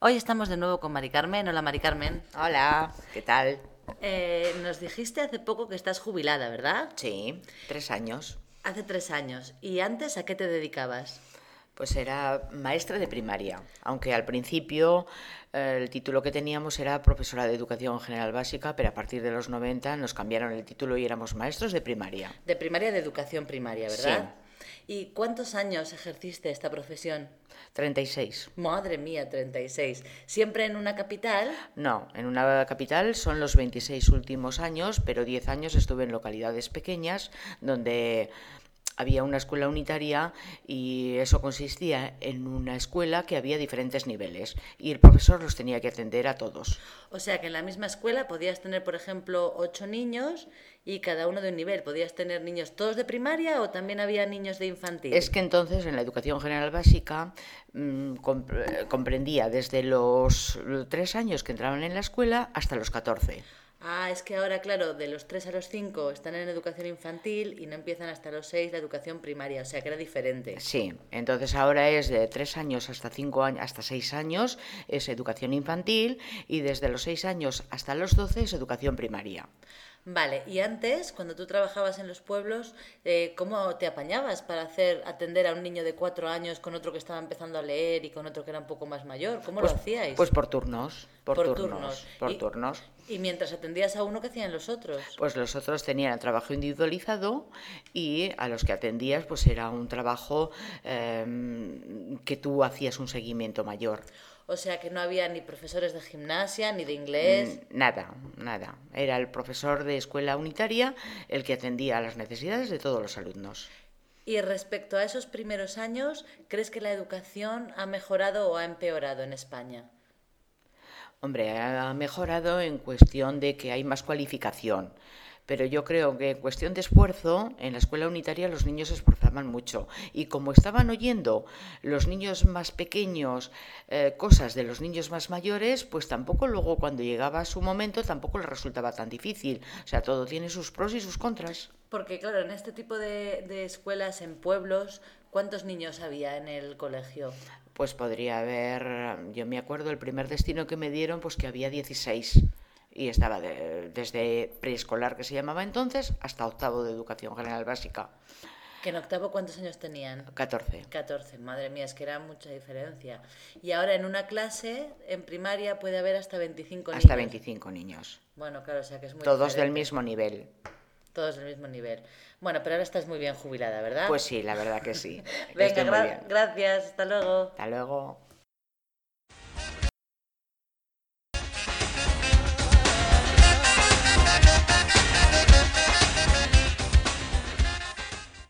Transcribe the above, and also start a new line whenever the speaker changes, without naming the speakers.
Hoy estamos de nuevo con Mari Carmen. Hola, Mari Carmen.
Hola, ¿qué tal?
Eh, nos dijiste hace poco que estás jubilada, ¿verdad?
Sí, tres años.
Hace tres años. ¿Y antes a qué te dedicabas?
Pues era maestra de primaria, aunque al principio eh, el título que teníamos era profesora de educación general básica, pero a partir de los 90 nos cambiaron el título y éramos maestros de primaria.
De primaria de educación primaria, ¿verdad? ¿Y cuántos años ejerciste esta profesión?
36.
Madre mía, 36. ¿Siempre en una capital?
No, en una capital son los 26 últimos años, pero 10 años estuve en localidades pequeñas donde había una escuela unitaria y eso consistía en una escuela que había diferentes niveles y el profesor los tenía que atender a todos.
O sea que en la misma escuela podías tener, por ejemplo, ocho niños y cada uno de un nivel. Podías tener niños todos de primaria o también había niños de infantil.
Es que entonces en la educación general básica mm, compre- comprendía desde los tres años que entraban en la escuela hasta los 14.
Ah, es que ahora, claro, de los 3 a los 5 están en educación infantil y no empiezan hasta los 6 la educación primaria, o sea que era diferente.
Sí, entonces ahora es de tres años hasta cinco años, hasta seis años es educación infantil y desde los seis años hasta los 12 es educación primaria.
Vale, y antes, cuando tú trabajabas en los pueblos, eh, ¿cómo te apañabas para hacer atender a un niño de 4 años con otro que estaba empezando a leer y con otro que era un poco más mayor? ¿Cómo
Pues-
lo hacíais?
Pues por turnos, por,
Por
turnos,
turnos.
por
Y-
turnos.
Y mientras atendías a uno, ¿qué hacían los otros?
Pues los otros tenían el trabajo individualizado y a los que atendías pues era un trabajo em, que tú hacías un seguimiento mayor.
O sea que no había ni profesores de gimnasia, ni de inglés.
Mm, Nada, nada. Era el profesor de escuela unitaria el que atendía a las necesidades de todos los alumnos.
Y respecto a esos primeros años, ¿crees que la educación ha mejorado o ha empeorado en España?
Hombre, ha mejorado en cuestión de que hay más cualificación. Pero yo creo que en cuestión de esfuerzo, en la escuela unitaria los niños se esforzaban mucho. Y como estaban oyendo los niños más pequeños eh, cosas de los niños más mayores, pues tampoco luego cuando llegaba su momento tampoco les resultaba tan difícil. O sea, todo tiene sus pros y sus contras.
Porque claro, en este tipo de, de escuelas, en pueblos, ¿cuántos niños había en el colegio?
Pues podría haber, yo me acuerdo, el primer destino que me dieron, pues que había 16. Y estaba de- desde preescolar, que se llamaba entonces, hasta octavo de educación general básica.
Que en octavo, ¿cuántos años tenían?
14.
14. Madre mía, es que era mucha diferencia. Y ahora en una clase, en primaria, puede haber hasta 25 niños.
Hasta 25 niños.
Bueno, claro, o sea que es muy
Todos del
diferente.
mismo nivel.
Todos del mismo nivel. Bueno, pero ahora estás muy bien jubilada, ¿verdad?
Pues sí, Pues la verdad que sí.
Ah. Venga,
Estoy muy
gra-
bien.
gracias. Hasta luego.
Hasta luego.